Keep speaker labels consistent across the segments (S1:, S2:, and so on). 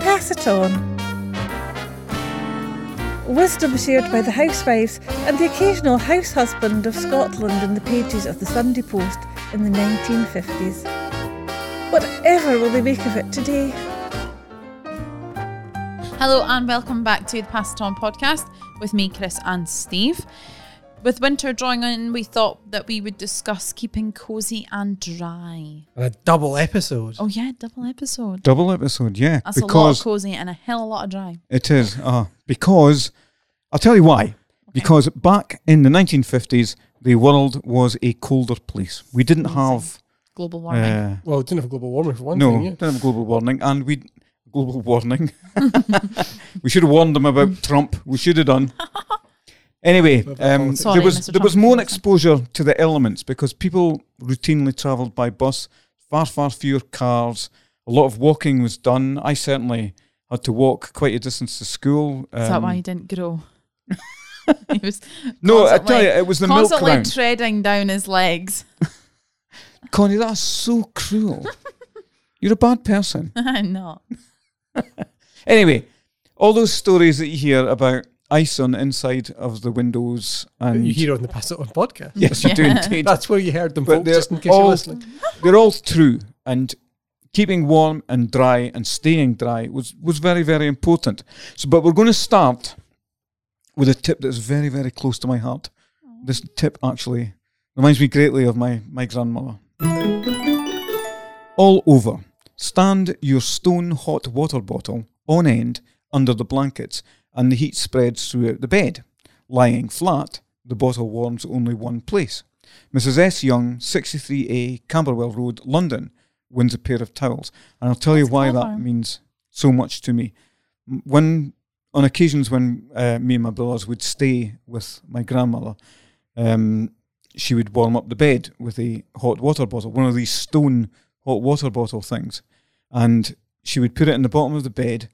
S1: Saxophone. Wisdom shared by the housewives and the occasional house husband of Scotland in the pages of the Sunday Post in the 1950s. Whatever will they make of it today?
S2: Hello and welcome back to the Pass It On podcast with me, Chris and Steve. With winter drawing on, we thought that we would discuss keeping cozy and dry.
S3: And a double episode.
S2: Oh yeah, double episode.
S4: Double episode, yeah.
S2: That's a lot of cozy and a hell of a lot of dry.
S4: It is. Uh, because I'll tell you why. Because back in the 1950s, the world was a colder place. We didn't have.
S2: Global warming.
S4: Uh,
S3: Well, it didn't have global warming for one
S4: no,
S3: thing. Yeah.
S4: didn't have global warning. And we. Global warning. we should have warned them about Trump. We should have done. Anyway, um,
S2: Sorry,
S4: there was
S2: Mr.
S4: there was
S2: Trump.
S4: more exposure to the elements because people routinely travelled by bus, far far fewer cars. A lot of walking was done. I certainly had to walk quite a distance to school.
S2: Is that
S4: um,
S2: why you didn't grow? he was
S4: No, I
S2: constantly-
S4: tell you, it was the milk
S2: constantly
S4: round.
S2: treading down his legs.
S4: Connie, that's so cruel. You're a bad person.
S2: I'm not.
S4: Anyway, all those stories that you hear about ice on the inside of the windows
S3: That
S4: and
S3: You hear on the Pass It On podcast.
S4: yes, you do indeed.
S3: That's where you heard them,
S4: But
S3: folks,
S4: they're
S3: just in case
S4: all-
S3: you're listening.
S4: They're all true, and keeping warm and dry and staying dry was was very very important. So, but we're going to start with a tip that's very very close to my heart. This tip actually reminds me greatly of my my grandmother. All over, stand your stone hot water bottle on end under the blankets, and the heat spreads throughout the bed. Lying flat, the bottle warms only one place. Mrs. S. Young, 63A Camberwell Road, London, wins a pair of towels. And I'll tell you
S2: That's
S4: why
S2: clever.
S4: that means so much to me. M- When, on occasions when uh, me and my brothers would stay with my grandmother, um, she would warm up the bed with a hot water bottle, one of these stone hot water bottle things. And she would put it in the bottom of the bed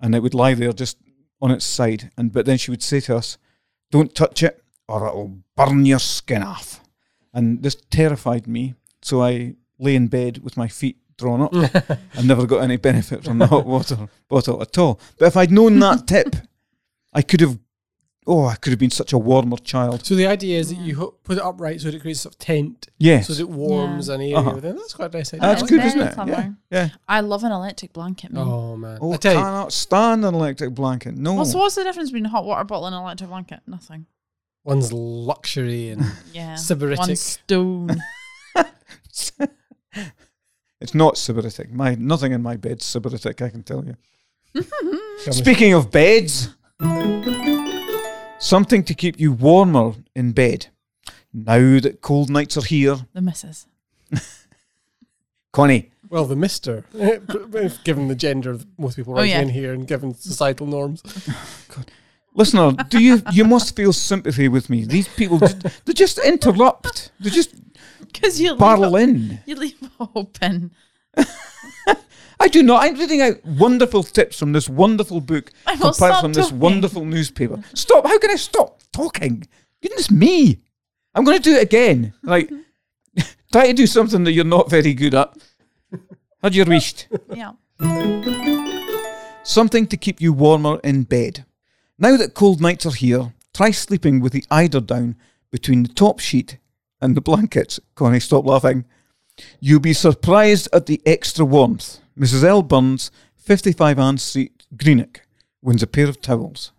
S4: and it would lie there just on its side. And But then she would say to us, don't touch it or it'll burn your skin off. And this terrified me. So I lay in bed with my feet drawn up and never got any benefit from the hot water bottle at all. But if I'd known that tip, I could have, oh, I could have been such a warmer child.
S3: So the idea is that you ho- put it upright so that it creates a sort of tent,
S4: Yes.
S3: so that it warms an area
S4: Uh-huh.
S3: within. That's quite a nice idea.
S4: That's
S2: Oh,
S4: good,
S2: very
S4: isn't it?
S2: clever.
S4: Yeah. yeah.
S2: I love an electric blanket, man.
S3: Oh, man.
S4: Oh,
S3: I tell you,
S4: cannot stand an electric blanket. No.
S2: What's, what's the difference between a hot water bottle and an electric blanket? Nothing.
S3: one's luxury and
S2: Yeah. One
S3: sybaritic.
S2: stone.
S4: It's not sybaritic. My nothing in my bed's sybaritic, I can tell you.
S3: Shall we-
S4: Speaking of beds, something to keep you warmer in bed. Now that cold nights are here,
S2: the missus.
S4: Connie,
S3: Well, the mister, given the gender of most people
S2: Oh,
S3: writing
S2: yeah.
S3: in here and given societal norms.
S4: listener, do you you must feel sympathy with me? These people just, they just interrupt. They just
S2: Because you leave,
S4: barrel
S2: it,
S4: in.
S2: you leave it open.
S4: I do not. I'm reading out wonderful tips from this wonderful book
S2: I will
S4: compiled
S2: stop
S4: from this
S2: talking.
S4: wonderful newspaper. Stop! How can I stop talking? Goodness me! I'm going to do it again. Like, try to do something that you're not very good at. Had you reached
S2: Yeah.
S4: something to keep you warmer in bed? Now that cold nights are here, try sleeping with the eiderdown between the top sheet and the blankets. Connie, stop laughing. You'll be surprised at the extra warmth. Mrs. L. Burns, 55 Ann Street, Greenock, wins a pair of towels.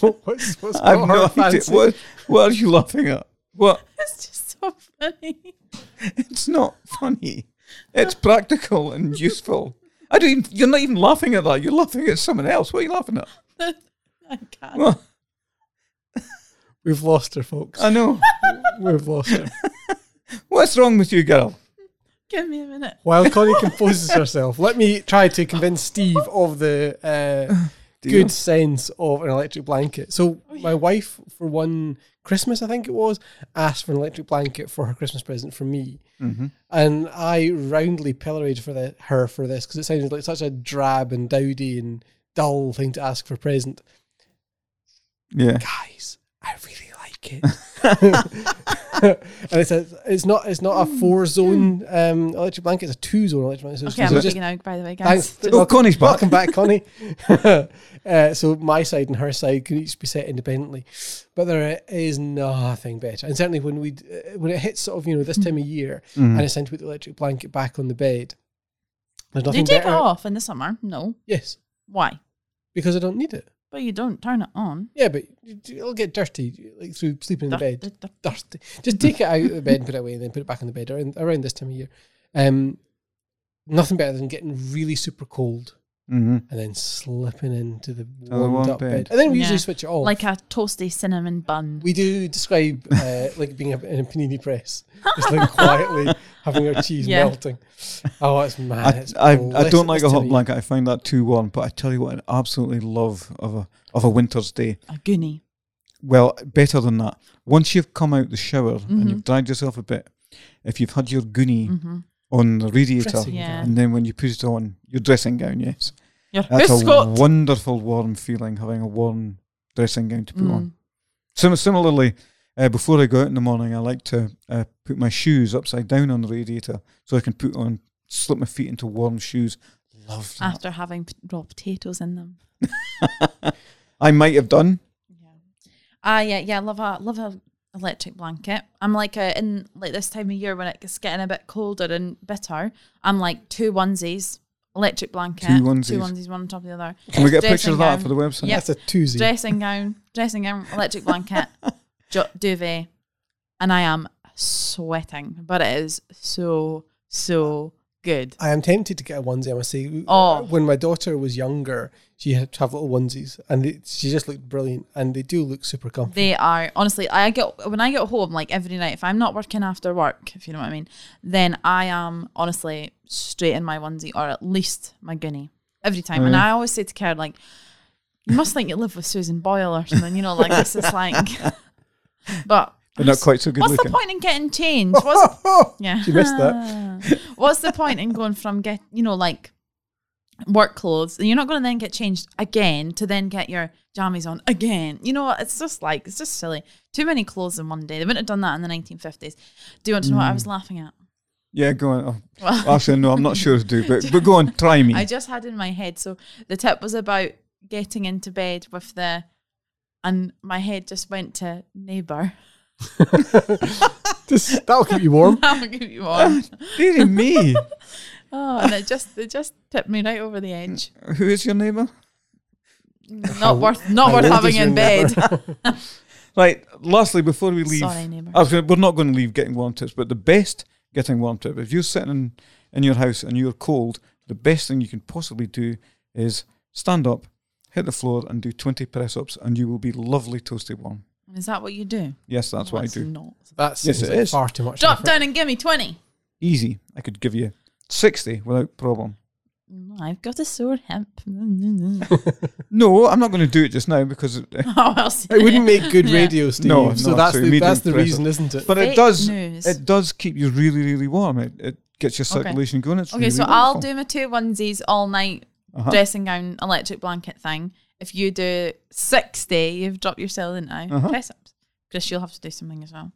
S3: what's, what's
S4: I've
S3: got
S4: no
S3: her
S4: idea.
S3: fancy?
S4: What, what are you laughing at? What?
S2: It's just so funny.
S4: It's not funny. It's practical and useful. I don't. Even, you're not even laughing at that. You're laughing at someone else. What are you laughing at?
S2: I can't.
S4: Well,
S3: We've lost her, folks.
S4: I know.
S3: We've lost her.
S4: What's wrong with you, girl?
S2: Give me a minute.
S3: While Connie composes herself, let me try to convince Steve of the uh,
S4: Dear.
S3: good sense of an electric blanket. So, my wife, for one Christmas, I think it was, asked for an electric blanket for her Christmas present from me. And I roundly pilloried for the, her for this because it sounded like such a drab and dowdy and dull thing to ask for a present.
S4: Yeah.
S3: Guys, I really like it. and it's a, it's not it's not a four zone um, electric blanket. It's a two zone electric blanket. So it's
S2: Okay, I'm
S3: just-
S2: not
S4: just-
S2: taking out, by the way, guys.
S3: Thanks.
S2: Just-
S4: Oh, Connie's back.
S3: Welcome back, Connie. uh, so my side and her side can each be set independently, but there is nothing better. And certainly when we d- uh, when it hits sort of you know this time of year, and it's time to put the electric blanket back on the bed, there's
S2: Do you
S3: nothing
S2: take
S3: better.
S2: it off in the summer? No.
S3: Yes,
S2: Why?
S3: because I don't need it.
S2: But you don't turn it on.
S3: Yeah, but you- it'll get dirty like through sleeping in the
S2: Dur-
S3: bed.
S2: dur- dur-
S3: Dirty. Just take it out of the bed and put it away, and then put it back on the bed around, around this time of year. Um, nothing better than getting really super cold
S4: Mm-hmm.
S3: and then slipping into the
S4: Oh, the
S3: warmed
S4: warm
S3: up bed.
S4: bed.
S3: and then we
S2: Yeah.
S3: usually switch it off.
S2: Like a toasty cinnamon bun.
S3: Oh. we do describe uh, like being a, in a panini press, just like quietly having our cheese
S2: Yeah.
S3: melting. Oh, it's mad!
S4: I,
S3: it's
S4: I, I
S3: bliss
S4: don't
S3: at
S4: like
S3: this
S4: a
S3: time
S4: hot
S3: of
S4: blanket. I find that too warm. But I tell you what, I absolutely love of a of a winter's day.
S2: a goonie.
S4: Well, better than that. Once you've come out the shower
S3: Mm-hmm.
S4: and you've dried yourself a bit, if you've had your
S3: Mm.
S4: goonie
S2: Mm-hmm.
S4: on the radiator,
S3: Dressing
S2: Yeah.
S4: and then when you put it on, your dressing gown, yes,
S2: Your
S4: that's a
S2: biscuit.
S4: wonderful warm feeling having a warm dressing gown to
S2: Mm.
S3: Mm.
S4: put on. Sim- similarly, uh, before I go out in the morning, I like to uh, put my shoes upside down on the radiator so I can put on, slip my feet into warm shoes. Love that.
S2: After having p- raw potatoes in them.
S4: I might have done.
S2: Ah, yeah, yeah. Love a love a electric blanket. I'm like a in like this time of year when it's getting a bit colder and bitter. I'm like two onesies, electric blanket,
S4: Two onesies.
S2: one on top of the other,
S4: Can we get a picture
S2: Dressing
S4: of that
S2: gown.
S4: for the website?
S3: year.
S2: Yeah.
S3: That's a toozy.
S2: dressing gown, dressing gown, electric blanket, ju- duvet, and I am sweating, but it is so so good.
S3: I am tempted to get a onesie. I must say,
S2: Oh.
S3: when my daughter was younger, she had to have little onesies, and they, she just looked brilliant. And they do look super comfy.
S2: They are honestly. I get when I get home, like every night. If I'm not working after work, if you know what I mean, then I am honestly straight in my onesie or at least my guinea every time.
S4: Mm.
S2: And I always say to Karen, like, you must think you live with Susan Boyle or something, you know, like this is like. but
S4: They're not quite so good
S2: what's the
S4: looking.
S2: point in getting changed? What's, yeah,
S3: She missed that.
S2: What's the point in going from get you know like work clothes and you're not going to then get changed again to then get your jammies on again? You know what? It's just like it's just silly. Too many clothes in one day. They wouldn't have done that in the 1950s. Do you want to know what I
S4: Mm.
S2: was laughing at?
S4: Yeah, go on. Oh, Actually, no, I'm not sure to do, but, but go on, try me.
S2: I just had in my head. So the tip was about getting into bed with the, and my head just went to neighbour.
S3: Just- that'll keep you warm.
S2: I'll give you one.
S4: Dearie me.
S2: Oh, and it just it just tipped me right over the edge.
S4: Who is your neighbour?
S2: Not worth not worth
S3: old
S2: having
S3: is your
S2: in bed.
S4: Right, lastly, before we leave,
S2: Sorry, neighbour.
S4: I was gonna, we're not going to leave getting warm tips, but the best getting warm tip, if you're sitting in, in your house and you're cold, the best thing you can possibly do is stand up, hit the floor, and do 20 press ups, and you will be lovely toasty warm.
S2: Is that what you do?
S4: Yes, that's what I
S2: That's
S4: do.
S2: Not.
S3: That's
S4: Yes, it is.
S3: far too much.
S2: Drop
S3: effort.
S2: down and give me 20.
S4: Easy. I could give you 60 without problem.
S2: Mm, I've got a sore hemp. Oh,
S4: No, I'm not going to do it just now because it,
S2: How else?
S3: It wouldn't make good radio, Steve.
S4: No,
S3: so
S4: no,
S3: that's
S4: so you
S3: the,
S4: need
S3: that's the
S4: impressive.
S3: reason, isn't it?
S4: but it
S2: Fake
S4: does
S2: news.
S4: it does keep you really really warm. It it gets your
S2: Okay.
S4: circulation going. It's
S2: Okay,
S4: really
S2: so I'll
S4: wonderful.
S2: do my two onesies all night,
S4: Uh-huh.
S2: dressing gown, electric blanket thing. If you do 60, you've dropped yourself in now.
S4: Uh-huh.
S2: Press ups. Chris, you'll have to do something as well.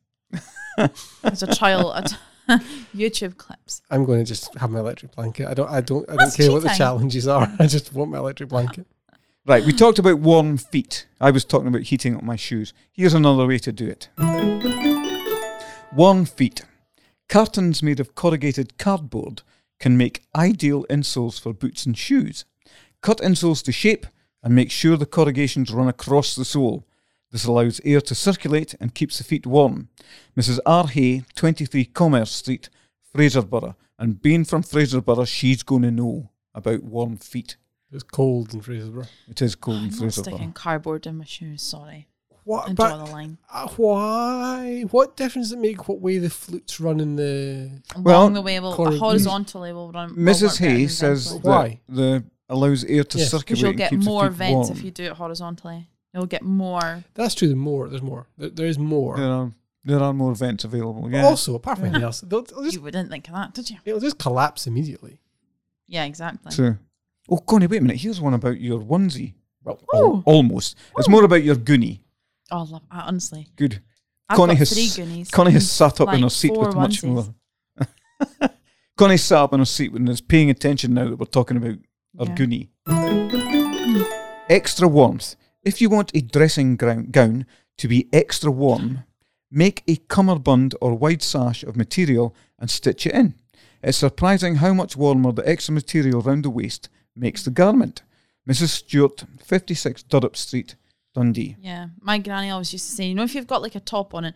S2: There's a trial, a t- YouTube clips.
S3: I'm going to just have my electric blanket. I don't. I don't. I don't
S2: That's
S3: care what the
S2: cheating.
S3: challenges are. I just want my electric blanket.
S4: Right, we talked about warm feet. I was talking about heating up my shoes. Here's another way to do it. Warm feet. Cartons made of corrugated cardboard can make ideal insoles for boots and shoes. Cut insoles to shape and make sure the corrugations run across the sole. This allows air to circulate and keeps the feet warm. Mrs. R. Hay, 23 Commerce Street, Fraserburgh. And being from Fraserburgh, she's going to know about warm feet.
S3: It's cold in Fraserburgh.
S4: It is cold in
S2: I'm not
S4: Fraserburgh.
S2: sticking cardboard in my shoes, sorry.
S3: What?
S2: And draw
S3: but
S2: the line.
S3: uh, why? What difference does it make what way the flutes run in the?
S4: Well,
S2: Along the way, will,
S3: corrugated.
S2: horizontally, will run. will work
S4: Mrs.
S2: better than
S4: Hayes says
S2: vertically.
S4: that
S3: Why?
S4: the allows air to
S3: Yes.
S4: circulate
S2: Because you'll
S4: and
S2: get
S4: keeps the
S2: more
S4: feet
S2: vents
S4: warm.
S2: if you do it horizontally. You'll get more.
S3: That's true. The more there's more. There, there is more.
S4: There are there are more vents available.
S3: But
S4: Yeah.
S3: Also, apart from anything else, they'll, they'll just
S2: You wouldn't think of that, did you?
S3: it'll just collapse immediately.
S2: Yeah, exactly.
S4: True. Oh, Connie, wait a minute. Here's one about your onesie.
S3: Well,
S4: Al-
S2: Ooh.
S4: almost. It's more about your goonie.
S2: Oh, I love I honestly.
S4: Good.
S2: I've
S4: Connie
S2: got
S4: has-
S2: three Goonies.
S4: Connie has sat up in
S2: Like
S4: her seat
S2: four
S4: with much
S2: onesies.
S4: more. Connie sat up in her seat and is paying attention now that we're talking about her
S2: Yeah.
S4: goonie. Extra warmth. If you want a dressing grown- gown to be extra warm, make a cummerbund or wide sash of material and stitch it in. It's surprising how much warmer the extra material round the waist makes the garment. Mrs. Stewart, 56 Durrup Street, Dundee.
S2: Yeah, my granny always used to say, you know, if you've got like a top on it.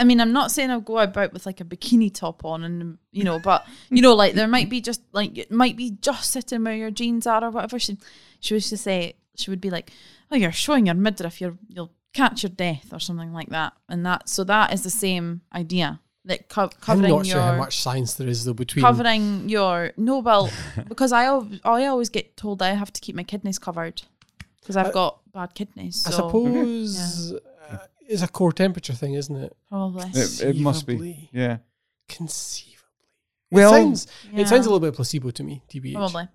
S2: I mean, I'm not saying I'll go about with like a bikini top on, and you know, but you know, like there might be just like it might be just sitting where your jeans are or whatever. She she used to say she would be like, "Oh, you're showing your midriff. You're you'll catch your death or something like that." And that so that is the same idea that co-
S3: I'm
S2: covering
S3: not
S2: your
S3: sure how much science there is though between.
S2: covering your no well because I al- I always get told I have to keep my kidneys covered because I've
S3: I-
S2: got bad kidneys. So
S3: Uh, I suppose uh, it's a core temperature thing, isn't it?
S2: probably.
S4: It, it must be.
S3: Conceivably.
S4: Yeah.
S3: Conceivably.
S4: Well-
S3: it sounds,
S2: Yeah.
S3: it sounds a little bit placebo to me. TBH.
S2: Probably.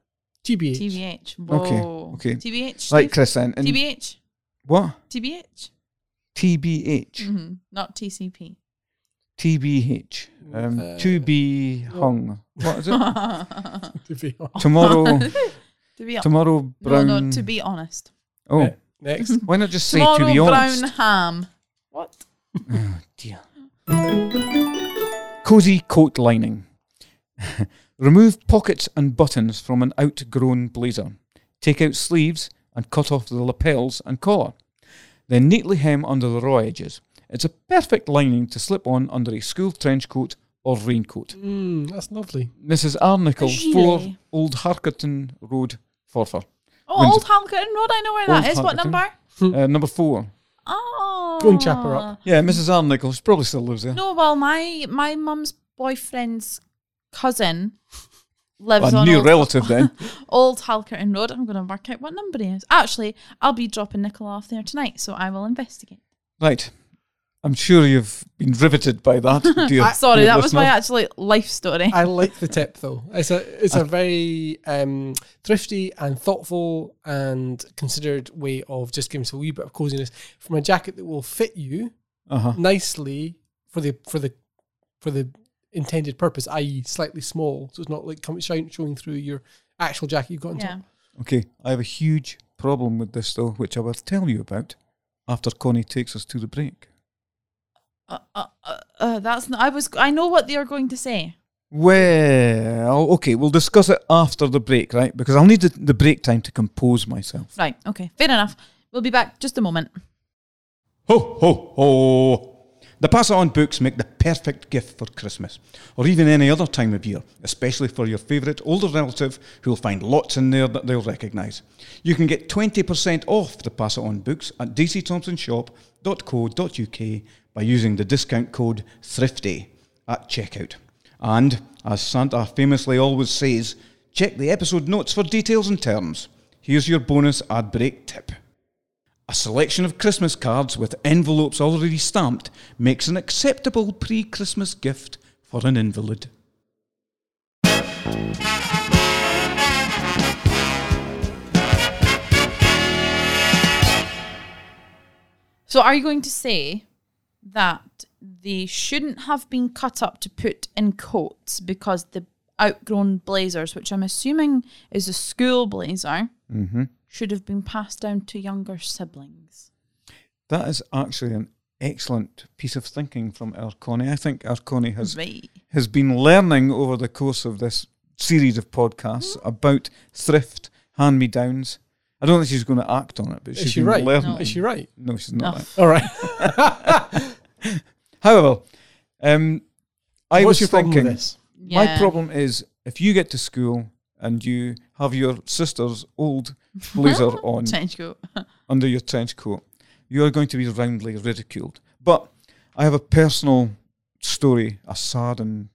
S3: TBH.
S2: TBH.
S4: Okay,
S2: Whoa.
S4: okay.
S2: TBH.
S4: Like
S2: Steve?
S4: Chris and, and
S2: TBH.
S4: what?
S2: TBH.
S4: TBH.
S2: hmm Not TCP.
S4: TBH. Um,
S3: Uh,
S4: to be hung. What is it?
S2: to
S3: to be honest.
S4: tomorrow.
S2: be honest.
S4: tomorrow
S2: No,
S4: brown.
S2: no, to be honest.
S4: Oh,
S3: Yeah. Next.
S4: why not just say
S2: Tomorrow
S4: to be honest?
S2: brown ham. What?
S4: Dear. Cozy coat lining. Remove pockets and buttons from an outgrown blazer. Take out sleeves and cut off the lapels and collar. Then neatly hem under the raw edges. It's a perfect lining to slip on under a school trench coat or raincoat.
S3: Mm, that's lovely.
S4: Mrs. Arnicle,
S2: Really?
S4: 4 Old Harkerton Road, Forfar.
S2: Oh,
S4: Windsor.
S2: Old Halkerton Road. I know where
S4: Old
S2: that is. What
S4: Halkerton.
S2: number?
S4: Uh, number 4.
S2: Oh.
S3: Go and chap her up.
S4: Yeah, Mrs. Arnicle, she probably still lives there.
S2: No, well, my my mum's boyfriend's cousin lives
S4: a
S2: on
S4: new
S2: Old
S4: relative then.
S2: Old Halkerton Road. I'm going to work out what number he is. Actually, I'll be dropping Nicola off there tonight, so I will investigate.
S4: Right. I'm sure you've been riveted by that, dear.
S2: Sorry,
S4: dear
S2: that was my
S4: listener.
S2: actually life story.
S3: I like the tip though. It's a it's a very um, thrifty and thoughtful and considered way of just giving us a wee bit of coziness from a jacket that will fit you
S4: Uh-huh.
S3: nicely for the for the for the intended purpose, i.e., slightly small, so it's not like coming shine, showing through your actual jacket you've got on
S2: yeah.
S3: top.
S4: Okay, I have a huge problem with this, though, which I will tell you about after Connie takes us to the break.
S2: Uh, uh, uh, uh, that's not, I was I know what they are going to say.
S4: Well, okay, we'll discuss it after the break, right? Because I'll need the, the break time to compose myself.
S2: Right. Okay. Fair enough. We'll be back just a moment.
S4: Ho, ho, ho! The Pass It On books make the perfect gift for Christmas, or even any other time of year, especially for your favourite older relative who'll find lots in there that they'll recognise. You can get 20% off the Pass It On books at dcthompsonshop.co.uk by using the discount code THRIFTY at checkout. And, as Santa famously always says, check the episode notes for details and terms. Here's your bonus ad break tip. A selection of Christmas cards with envelopes already stamped makes an acceptable pre Christmas gift for an invalid.
S2: So are you going to say that they shouldn't have been cut up to put in coats because the outgrown blazers, which I'm assuming is a school blazer, should have been passed down to younger siblings?
S4: That is actually an excellent piece of thinking from our Connie. I think our Connie has,
S2: Right.
S4: has been learning over the course of this series of podcasts
S3: Mm.
S4: about thrift, hand me downs. I don't think she's going to act on it, but she's
S3: Is she
S4: been
S3: right?
S4: learning.
S2: No.
S3: Is she right?
S4: No, she's not.
S2: No.
S4: right.
S3: All right.
S4: However, um, I
S3: What's
S4: was
S3: your
S4: thinking.
S3: problem with this?
S4: My
S2: Yeah.
S4: problem is if you get to school and you have your sister's old blazer on
S2: Trench coat.
S4: under your trench coat, you are going to be roundly ridiculed. But I have a personal story, a sad and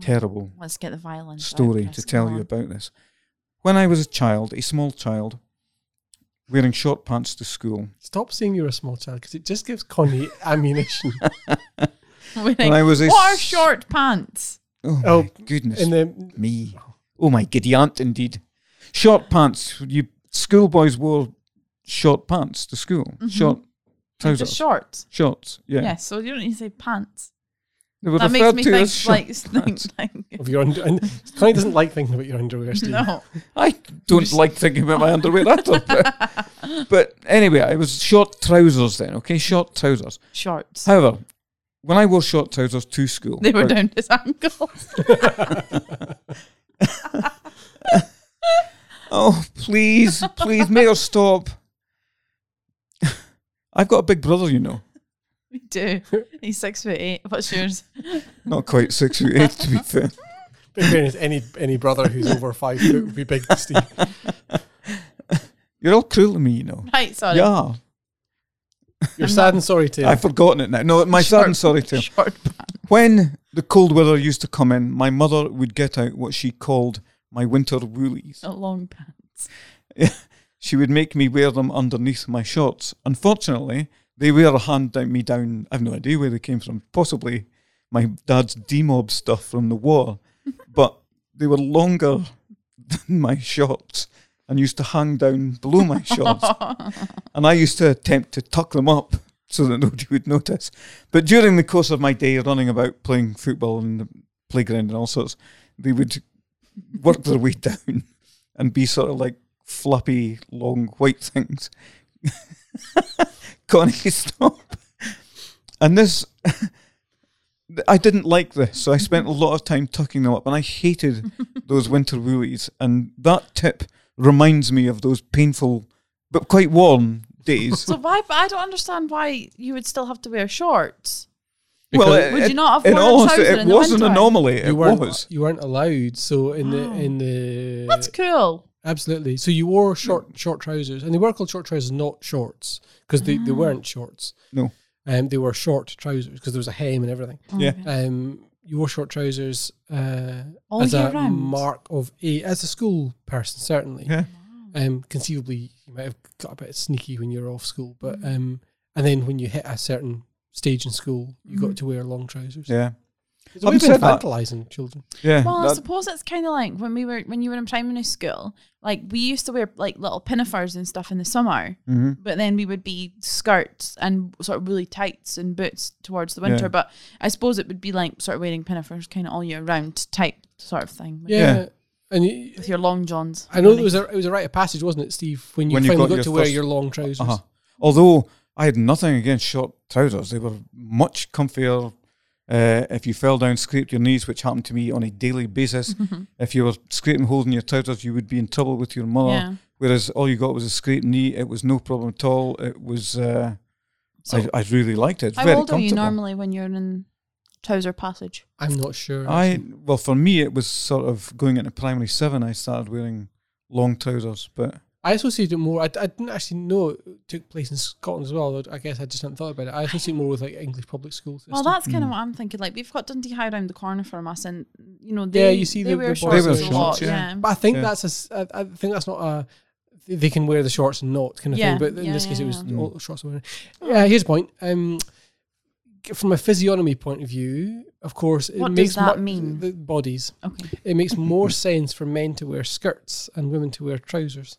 S4: terrible
S2: Let's get the violence. out,
S4: story
S2: Chris,
S4: to tell
S2: come
S4: you
S2: on.
S4: about this. When I was a child, a small child, wearing short pants to school,
S3: Stop saying you're a small child because it just gives Connie ammunition.
S2: We're
S4: When
S2: like,
S4: I was a
S2: what are
S4: s-
S2: short pants?
S4: oh,
S3: Oh,
S4: my goodness
S3: and then
S4: me. Oh my giddy aunt indeed.
S2: Mm-hmm.
S4: Short pants. You schoolboys wore short pants to school. Short
S2: Trousers.
S4: trousers,
S2: shorts.
S4: shorts. Yeah,
S2: Yes, so you don't need to say pants.
S4: they were
S2: that makes
S4: referred
S2: me
S4: to
S2: think
S4: as
S2: like,
S4: shorts.
S2: think, like
S3: Of your under- and Connie doesn't like thinking about your underwear. Steve.
S2: no.
S4: I don't like thinking about my underwear at all. But, but anyway, it was short trousers then. Okay, short trousers.
S2: Shorts.
S4: However, when I wore short trousers to school,
S2: They were
S4: or-
S2: down his ankles.
S4: Oh, please, please, make her stop. I've got a big brother, you know.
S2: we do. He's six foot eight. What's yours?
S4: Not quite six foot eight, to be fair.
S3: But in fairness, any any brother who's over five foot would be big to Steve.
S4: You're all cruel to me, you know.
S2: Right, sorry.
S4: Yeah,
S3: You're sad and sorry to
S4: I've forgotten it now. No, my sad and sorry tale.
S2: Short
S4: When the cold weather used to come in, my mother would get out what she called my winter woolies.
S2: pants, long pants.
S4: She would make me wear them underneath my shorts. Unfortunately, they were hand down me down. I've no idea where they came from. Possibly my dad's demob stuff from the war, but they were longer than my shorts and used to hang down below my shorts. and I used to attempt to tuck them up so that nobody would notice. But during the course of my day, running about playing football in the playground and all sorts, they would work their way down and be sort of like flappy, long white things. Connie, stop. And this, I didn't like this, so I spent a lot of time tucking them up, and I hated those winter woolies. And that tip reminds me of those painful but quite warm days.
S2: So why? But I don't understand why you would still have to wear shorts.
S3: Because-
S2: Would you not have
S4: in
S2: worn
S4: all
S2: a
S4: honesty,
S2: trouser
S4: it
S2: in the
S4: was an
S2: winter?
S4: anomaly. It
S3: you weren't
S4: was.
S3: you weren't allowed. So in the
S2: Wow.
S3: in the
S2: Oh. That's cool.
S3: absolutely. So you wore short short trousers, and they were called short trousers, not shorts, because they,
S2: Oh.
S3: they weren't shorts.
S4: No.
S3: um, they were short trousers because there was a hem and everything.
S2: Oh,
S4: Yeah.
S3: Um, you wore short trousers uh,
S2: All
S3: as
S2: year
S3: a
S2: round?
S3: mark of a as a school person, certainly.
S4: Yeah.
S3: Um, conceivably, you might have got a bit sneaky when you were off school, but
S2: Mm.
S3: um, and then when you hit a certain stage in school, you
S2: Mm.
S3: got to wear long trousers.
S4: Yeah.
S3: It's a way of
S4: Having said that-
S3: infantilizing children.
S4: Yeah.
S2: Well, I
S4: that-
S2: suppose it's kind of like when we were when you were in primary school. Like we used to wear like little pinafores and stuff in the summer,
S4: mhm.
S2: but then we would be skirts and sort of really tights and boots towards the winter.
S4: Yeah.
S2: But I suppose it would be like sort of wearing pinafores kind of all year round type sort of thing. with-
S3: Yeah.
S4: Yeah.
S3: And you,
S2: With your long johns.
S3: I know
S2: really.
S3: it was a it was a rite of passage, wasn't it, Steve? When you
S4: When you
S3: finally got,
S4: got your
S3: to wear
S4: first-
S3: your long trousers.
S4: Uh-huh. Although I had nothing against short trousers, they were much comfier. Uh, if you fell down, scraped your knees, which happened to me on a daily basis,
S2: Mm-hmm.
S4: if you were scraping holes in your trousers, you would be in trouble with your mother.
S2: Yeah.
S4: Whereas all you got was a scraped knee. It was no problem at all. It was. Uh,
S2: So-
S4: I, I really liked it. It's
S2: How
S4: very
S2: old are you
S4: comfortable.
S2: normally when you're in trouser passage?
S3: I'm not sure.
S4: I
S3: actually.
S4: well, for me, it was sort of going into primary seven. I started wearing long trousers, but
S3: I associate it more. I, I didn't actually know it took place in Scotland as well. though I guess I just hadn't thought about it. I associate it more with like English public school system.
S2: Well, that's kind
S4: Hmm.
S2: of what I'm thinking. Like we've got Dundee High around the corner from us, and you know they
S3: Yeah, you see
S2: they
S3: the-
S2: wear
S3: the boys
S2: shorts
S4: They wear
S2: a lot.
S4: shorts, yeah.
S2: Yeah,
S3: but I think
S4: Yeah.
S3: that's a. s- I I think that's not a. they- They can wear the shorts and not kind of
S2: Yeah,
S3: thing. But in
S2: yeah,
S3: this case,
S2: yeah,
S3: it was
S4: yeah.
S3: all shorts. And wearing. Yeah. Here's a point. Um, g- from a physiognomy point of view, of course, it
S2: What does
S3: makes
S2: that
S3: mu-
S2: mean?
S3: The bodies.
S2: okay.
S3: It makes more sense for men to wear skirts and women to wear trousers.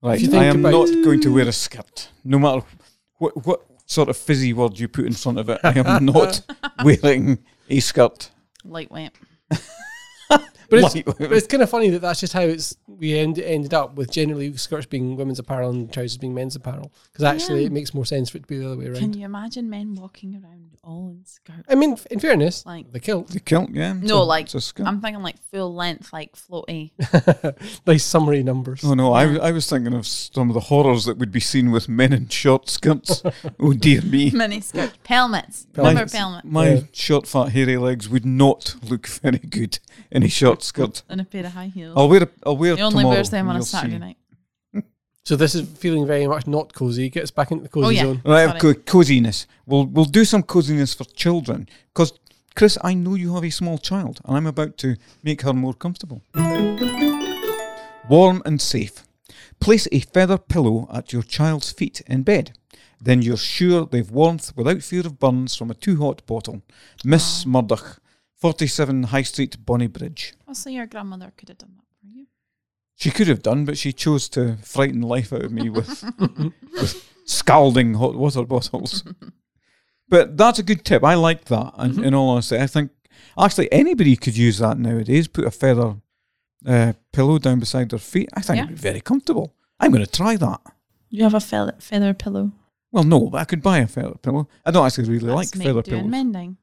S4: right,
S3: you
S4: I
S3: think
S4: am
S3: about-
S4: not going to wear a skirt, no matter what what sort of fizzy word you put in front of it. I am not wearing a skirt.
S2: Lightweight.
S3: But it's,
S4: Like-
S3: but it's kind of funny that that's just how it's we end, ended up with generally skirts being women's apparel and trousers being men's apparel because actually
S2: Yeah.
S3: it makes more sense for it to be the other way
S2: Can
S3: around.
S2: you imagine men walking around all in skirts?
S3: I mean, f- in fairness,
S2: Like-
S3: the kilt,
S4: the kilt, yeah. it's
S2: No,
S4: a-
S2: like
S4: it's a skirt.
S2: I'm thinking like full length, like floaty.
S3: nice summary numbers.
S4: Oh no, I, w- I was thinking of some of the horrors that would be seen with men in short skirts. oh dear me.
S2: mini skirt, pelmets,
S4: My,
S2: remember pelmet
S4: my
S3: Yeah.
S4: short, fat, hairy legs would not look very good in a short skirt.
S2: and a pair of high heels.
S4: I'll wear. A, I'll wear.
S2: he only
S4: tomorrow
S2: wears them
S4: and
S2: on a
S4: you'll see.
S2: Saturday night.
S3: So this is feeling very much not cozy. Gets back into the cozy
S2: Oh, yeah.
S3: zone.
S4: Right,
S2: Sorry.
S4: co- coziness. We'll we'll do some coziness for children because Chris, I know you have a small child, and I'm about to make her more comfortable. Warm and safe. Place a feather pillow at your child's feet in bed. Then you're sure they've warmth without fear of burns from a too hot bottle. Miss Murdoch, 47 High Street, Bonnybridge.
S2: Also, your grandmother could have done that for you.
S4: She could have done, but she chose to frighten the life out of me with, with scalding hot water bottles. but that's a good tip. I like that. And
S2: Mm-hmm.
S4: in all honesty, I think actually anybody could use that nowadays. Put a feather uh, pillow down beside their feet. I think it'd
S2: Yeah.
S4: be very comfortable. I'm going to try that.
S2: You have a feather, feather pillow.
S4: Well, no, but I could buy a feather pillow. I don't actually really
S2: That's
S4: like
S2: make
S4: feather
S2: do and
S4: pillows.
S2: mending.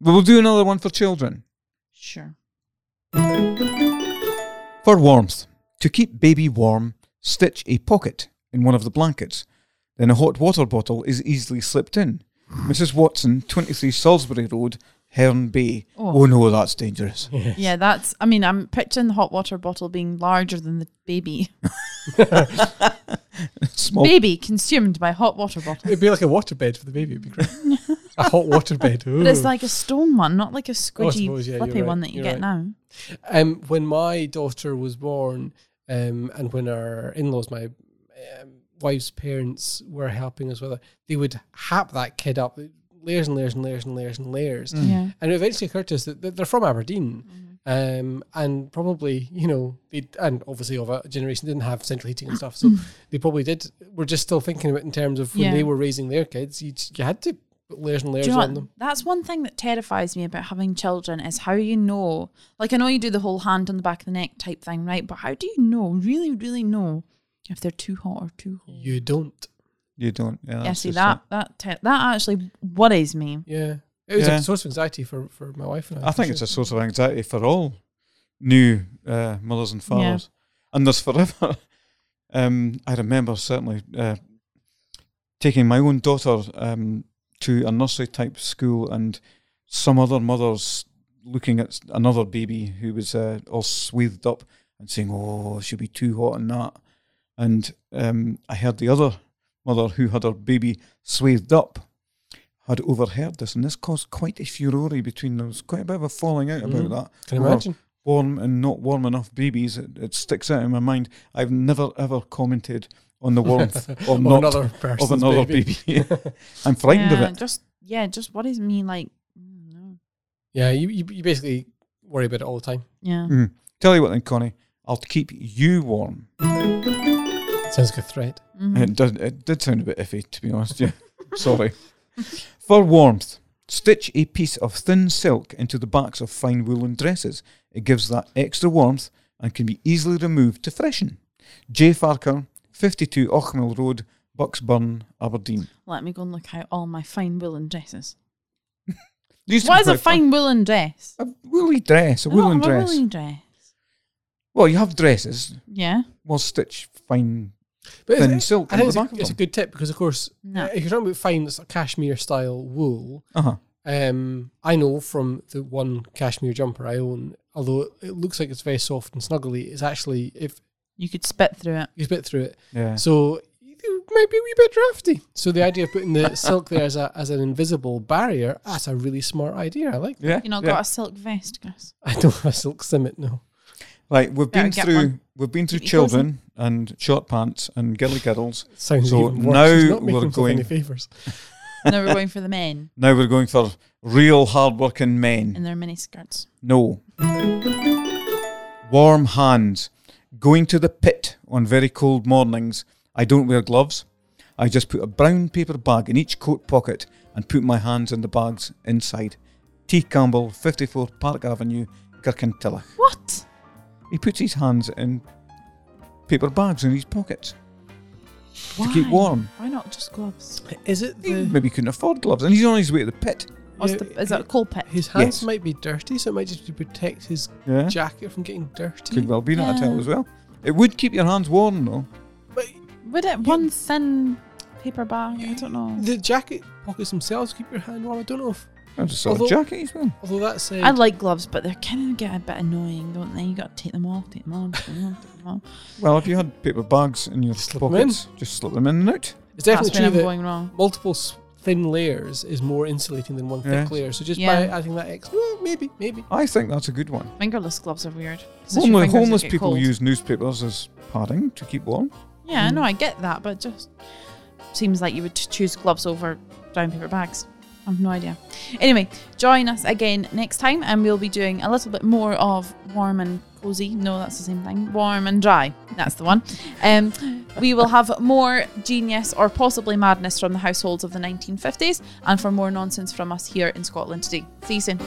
S4: But we'll do another one for children.
S2: Sure.
S4: For warmth, to keep baby warm, stitch a pocket in one of the blankets. Then a hot water bottle is easily slipped in. Mrs. Watson, 23 Salisbury Road, Herne Bay.
S2: Oh.
S4: Oh, no, that's dangerous.
S2: Yeah, that's. I mean, I'm picturing the hot water bottle being larger than the baby.
S4: Small.
S2: Baby consumed by hot water bottle.
S3: It'd be like a waterbed for the baby. It'd be great. a hot waterbed.
S2: But it's like a stone one, not like a
S4: Oh,
S3: I
S2: squidgy,
S3: suppose, yeah, you're
S2: flippy
S3: right,
S2: one that you
S3: you're
S2: get
S3: right.
S2: now.
S3: Um, when my daughter was born, um, and when our in-laws, my um, wife's parents, were helping us with her, they would hap that kid up layers and layers and layers and layers and layers.
S2: Yeah.
S3: And it eventually occurred to us that that they're from Aberdeen,
S2: Mm-hmm.
S3: um, and probably you know they and obviously of a generation didn't have central heating and stuff, so they probably did. We're just still thinking about it in terms of
S2: Mm.
S3: when
S2: Yeah.
S3: they were raising their kids, you, just- you had to put layers and layers
S2: Do you know
S3: on
S2: what?
S3: them.
S2: That's one thing that terrifies me about having children is how you know. Like I know you do the whole hand on the back of the neck type thing, right? But how do you know, really, really know if they're too hot or too cold?
S3: You don't.
S4: You don't. Yeah,
S2: Yeah,
S4: that's
S2: see
S4: just
S2: that that te- that actually worries me.
S3: Yeah, it was
S4: Yeah.
S3: a source of anxiety for for my wife and
S4: it.
S3: I.
S4: I
S3: for
S4: think
S3: sure.
S4: it's a source of anxiety for all new uh, mothers and fathers. And there's forever. um, I remember certainly uh, taking my own daughter um, to a nursery type school and some other mothers looking at s- another baby who was uh, all swathed up and saying, "Oh, she'll be too hot and that." And um, I heard the other mother who had her baby swathed up had overheard this, and this caused quite a furore between them. There was quite a bit of a falling out
S3: Mhm.
S4: about that.
S3: Can you
S4: Well,
S3: imagine?
S4: Warm and not warm enough babies, it, it sticks out in my mind. I've never ever commented on the warmth or
S3: Of
S4: not
S3: another
S4: of
S3: person's
S4: another
S3: baby.
S4: baby. I'm frightened
S2: yeah,
S4: of it.
S2: Just yeah, just worries me. Like, mm, no.
S3: Yeah, you, you you basically worry about it all the time.
S2: yeah,
S4: Mm. Tell you what, then, Connie, I'll keep you warm.
S3: sounds like a threat.
S2: Mhm.
S4: It did, it did sound a bit iffy, to be honest. Yeah, sorry. For warmth, stitch a piece of thin silk into the backs of fine woolen dresses. It gives that extra warmth and can be easily removed to freshen. J. Farker, 52 Ochmill Road, Bucksburn, Aberdeen.
S2: Let me go and look out all my fine woolen dresses.
S4: They used to
S2: What
S4: be
S2: is a
S4: quite fun.
S2: fine woolen dress?
S4: A woolly dress, a
S2: I don't
S4: woolen
S2: have a
S4: dress.
S2: woolen dress.
S4: Well, you have dresses.
S2: Yeah.
S4: Well, stitch fine
S3: But it's-
S4: thin silk
S3: I
S4: into
S3: think
S4: the
S3: it's a,
S4: back of
S3: it's a
S4: them.
S3: good tip because, of course,
S2: No.
S3: uh, if you're talking about fine that's cashmere style wool,
S4: Uh huh.
S3: um, I know from the one cashmere jumper I own, although it- it looks like it's very soft and snuggly, it's actually if
S2: You could spit through it.
S3: you spit through it,
S4: Yeah.
S3: so it might be a wee bit drafty. So the idea of putting the silk there as a as an invisible barrier, that's a really smart idea. I like. that.
S4: Yeah.
S2: You know,
S4: yeah.
S2: got a silk vest, Chris.
S3: I don't have a silk simmet, no.
S4: Right, we've
S2: Better
S4: been
S2: get
S4: through
S2: one.
S4: we've been through
S2: Keep yours
S4: children and short pants and girly girdles.
S3: Sounds
S4: So
S3: even worse. He's
S4: now
S3: not making
S4: we're
S3: himself
S4: going-
S3: any favors.
S2: now we're going for the men
S4: Now we're going for real hard-working men.
S2: in their mini skirts.
S4: No. Warm hands. Going to the pit on very cold mornings. I don't wear gloves. I just put a brown paper bag in each coat pocket and put my hands in the bags inside. T. Campbell, 54 Park Avenue, Kirkintilloch.
S2: What?
S4: He puts his hands in paper bags in his pockets to keep
S2: Why?
S4: warm.
S2: Why not just gloves?
S3: Is it
S4: He
S3: the
S4: maybe couldn't afford gloves, and he's on his way to the pit.
S2: What's
S3: Yeah,
S2: the, is that a coal pit?
S3: His hands
S4: Yes.
S3: might be dirty, so it might just be to protect his
S4: Yeah,
S3: jacket from getting dirty.
S4: could well be that I tell
S2: Yeah.
S4: as well. It would keep your hands warm though.
S3: But
S2: Would it one thin paper bag? I don't know.
S3: the jacket pockets themselves keep your hand warm. I don't know if,
S4: I just saw a
S3: Although-
S4: jacket as well.
S3: although uh, that said,
S2: I like gloves, but they're kind of get a bit annoying, don't they? You got to take them off, take them on, take them off, take them off.
S4: Well, if you had paper bags in your
S3: Slip 'em
S4: pockets, just slip them in and out.
S3: it's
S2: That's
S3: definitely
S2: when
S3: true
S2: I'm
S3: that
S2: going wrong.
S3: multiple s- thin layers is more insulating than one
S4: Yes.
S3: thick layer. So just
S2: Yeah.
S3: by adding that extra, well, maybe, maybe.
S4: I think that's a good one.
S2: Fingerless gloves are weird. 'cause it's your
S4: Homeless,
S2: fingers that
S4: homeless
S2: get
S4: people
S2: cold.
S4: use newspapers as padding to keep warm.
S2: Yeah, I know, I get that, but just seems like you would choose gloves over brown paper bags. I have no idea. Anyway, join us again next time, and we'll be doing a little bit more of warm and cozy. No, that's the same thing. Warm and dry. That's the one. Um, we will have more genius or possibly madness from the households of the 1950s and for more nonsense from us here in Scotland today. See you soon.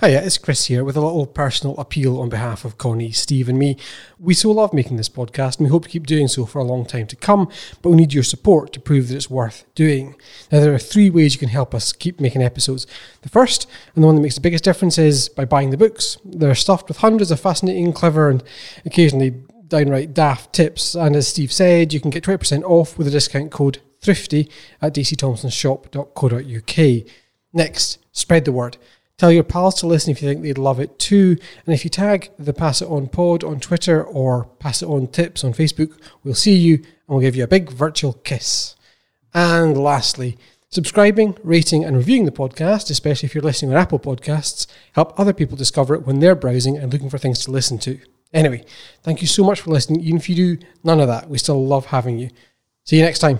S3: Hiya, it's Chris here with a little personal appeal on behalf of Connie, Steve, and me. We so love making this podcast and we hope to keep doing so for a long time to come, but we need your support to prove that it's worth doing. Now, there are three ways you can help us keep making episodes. The first, and the one that makes the biggest difference, is by buying the books. They're stuffed with hundreds of fascinating, clever, and occasionally downright daft tips. And as Steve said, you can get 20% off with the discount code THRIFTY at dcthompsonshop.co.uk. Next, spread the word. Tell your pals to listen if you think they'd love it too. And if you tag the Pass It On Pod on Twitter or Pass It On Tips on Facebook, we'll see you and we'll give you a big virtual kiss. And lastly, subscribing, rating, and reviewing the podcast, especially if you're listening on Apple Podcasts, help other people discover it when they're browsing and looking for things to listen to. Anyway, thank you so much for listening. Even if you do none of that, we still love having you. See you next time.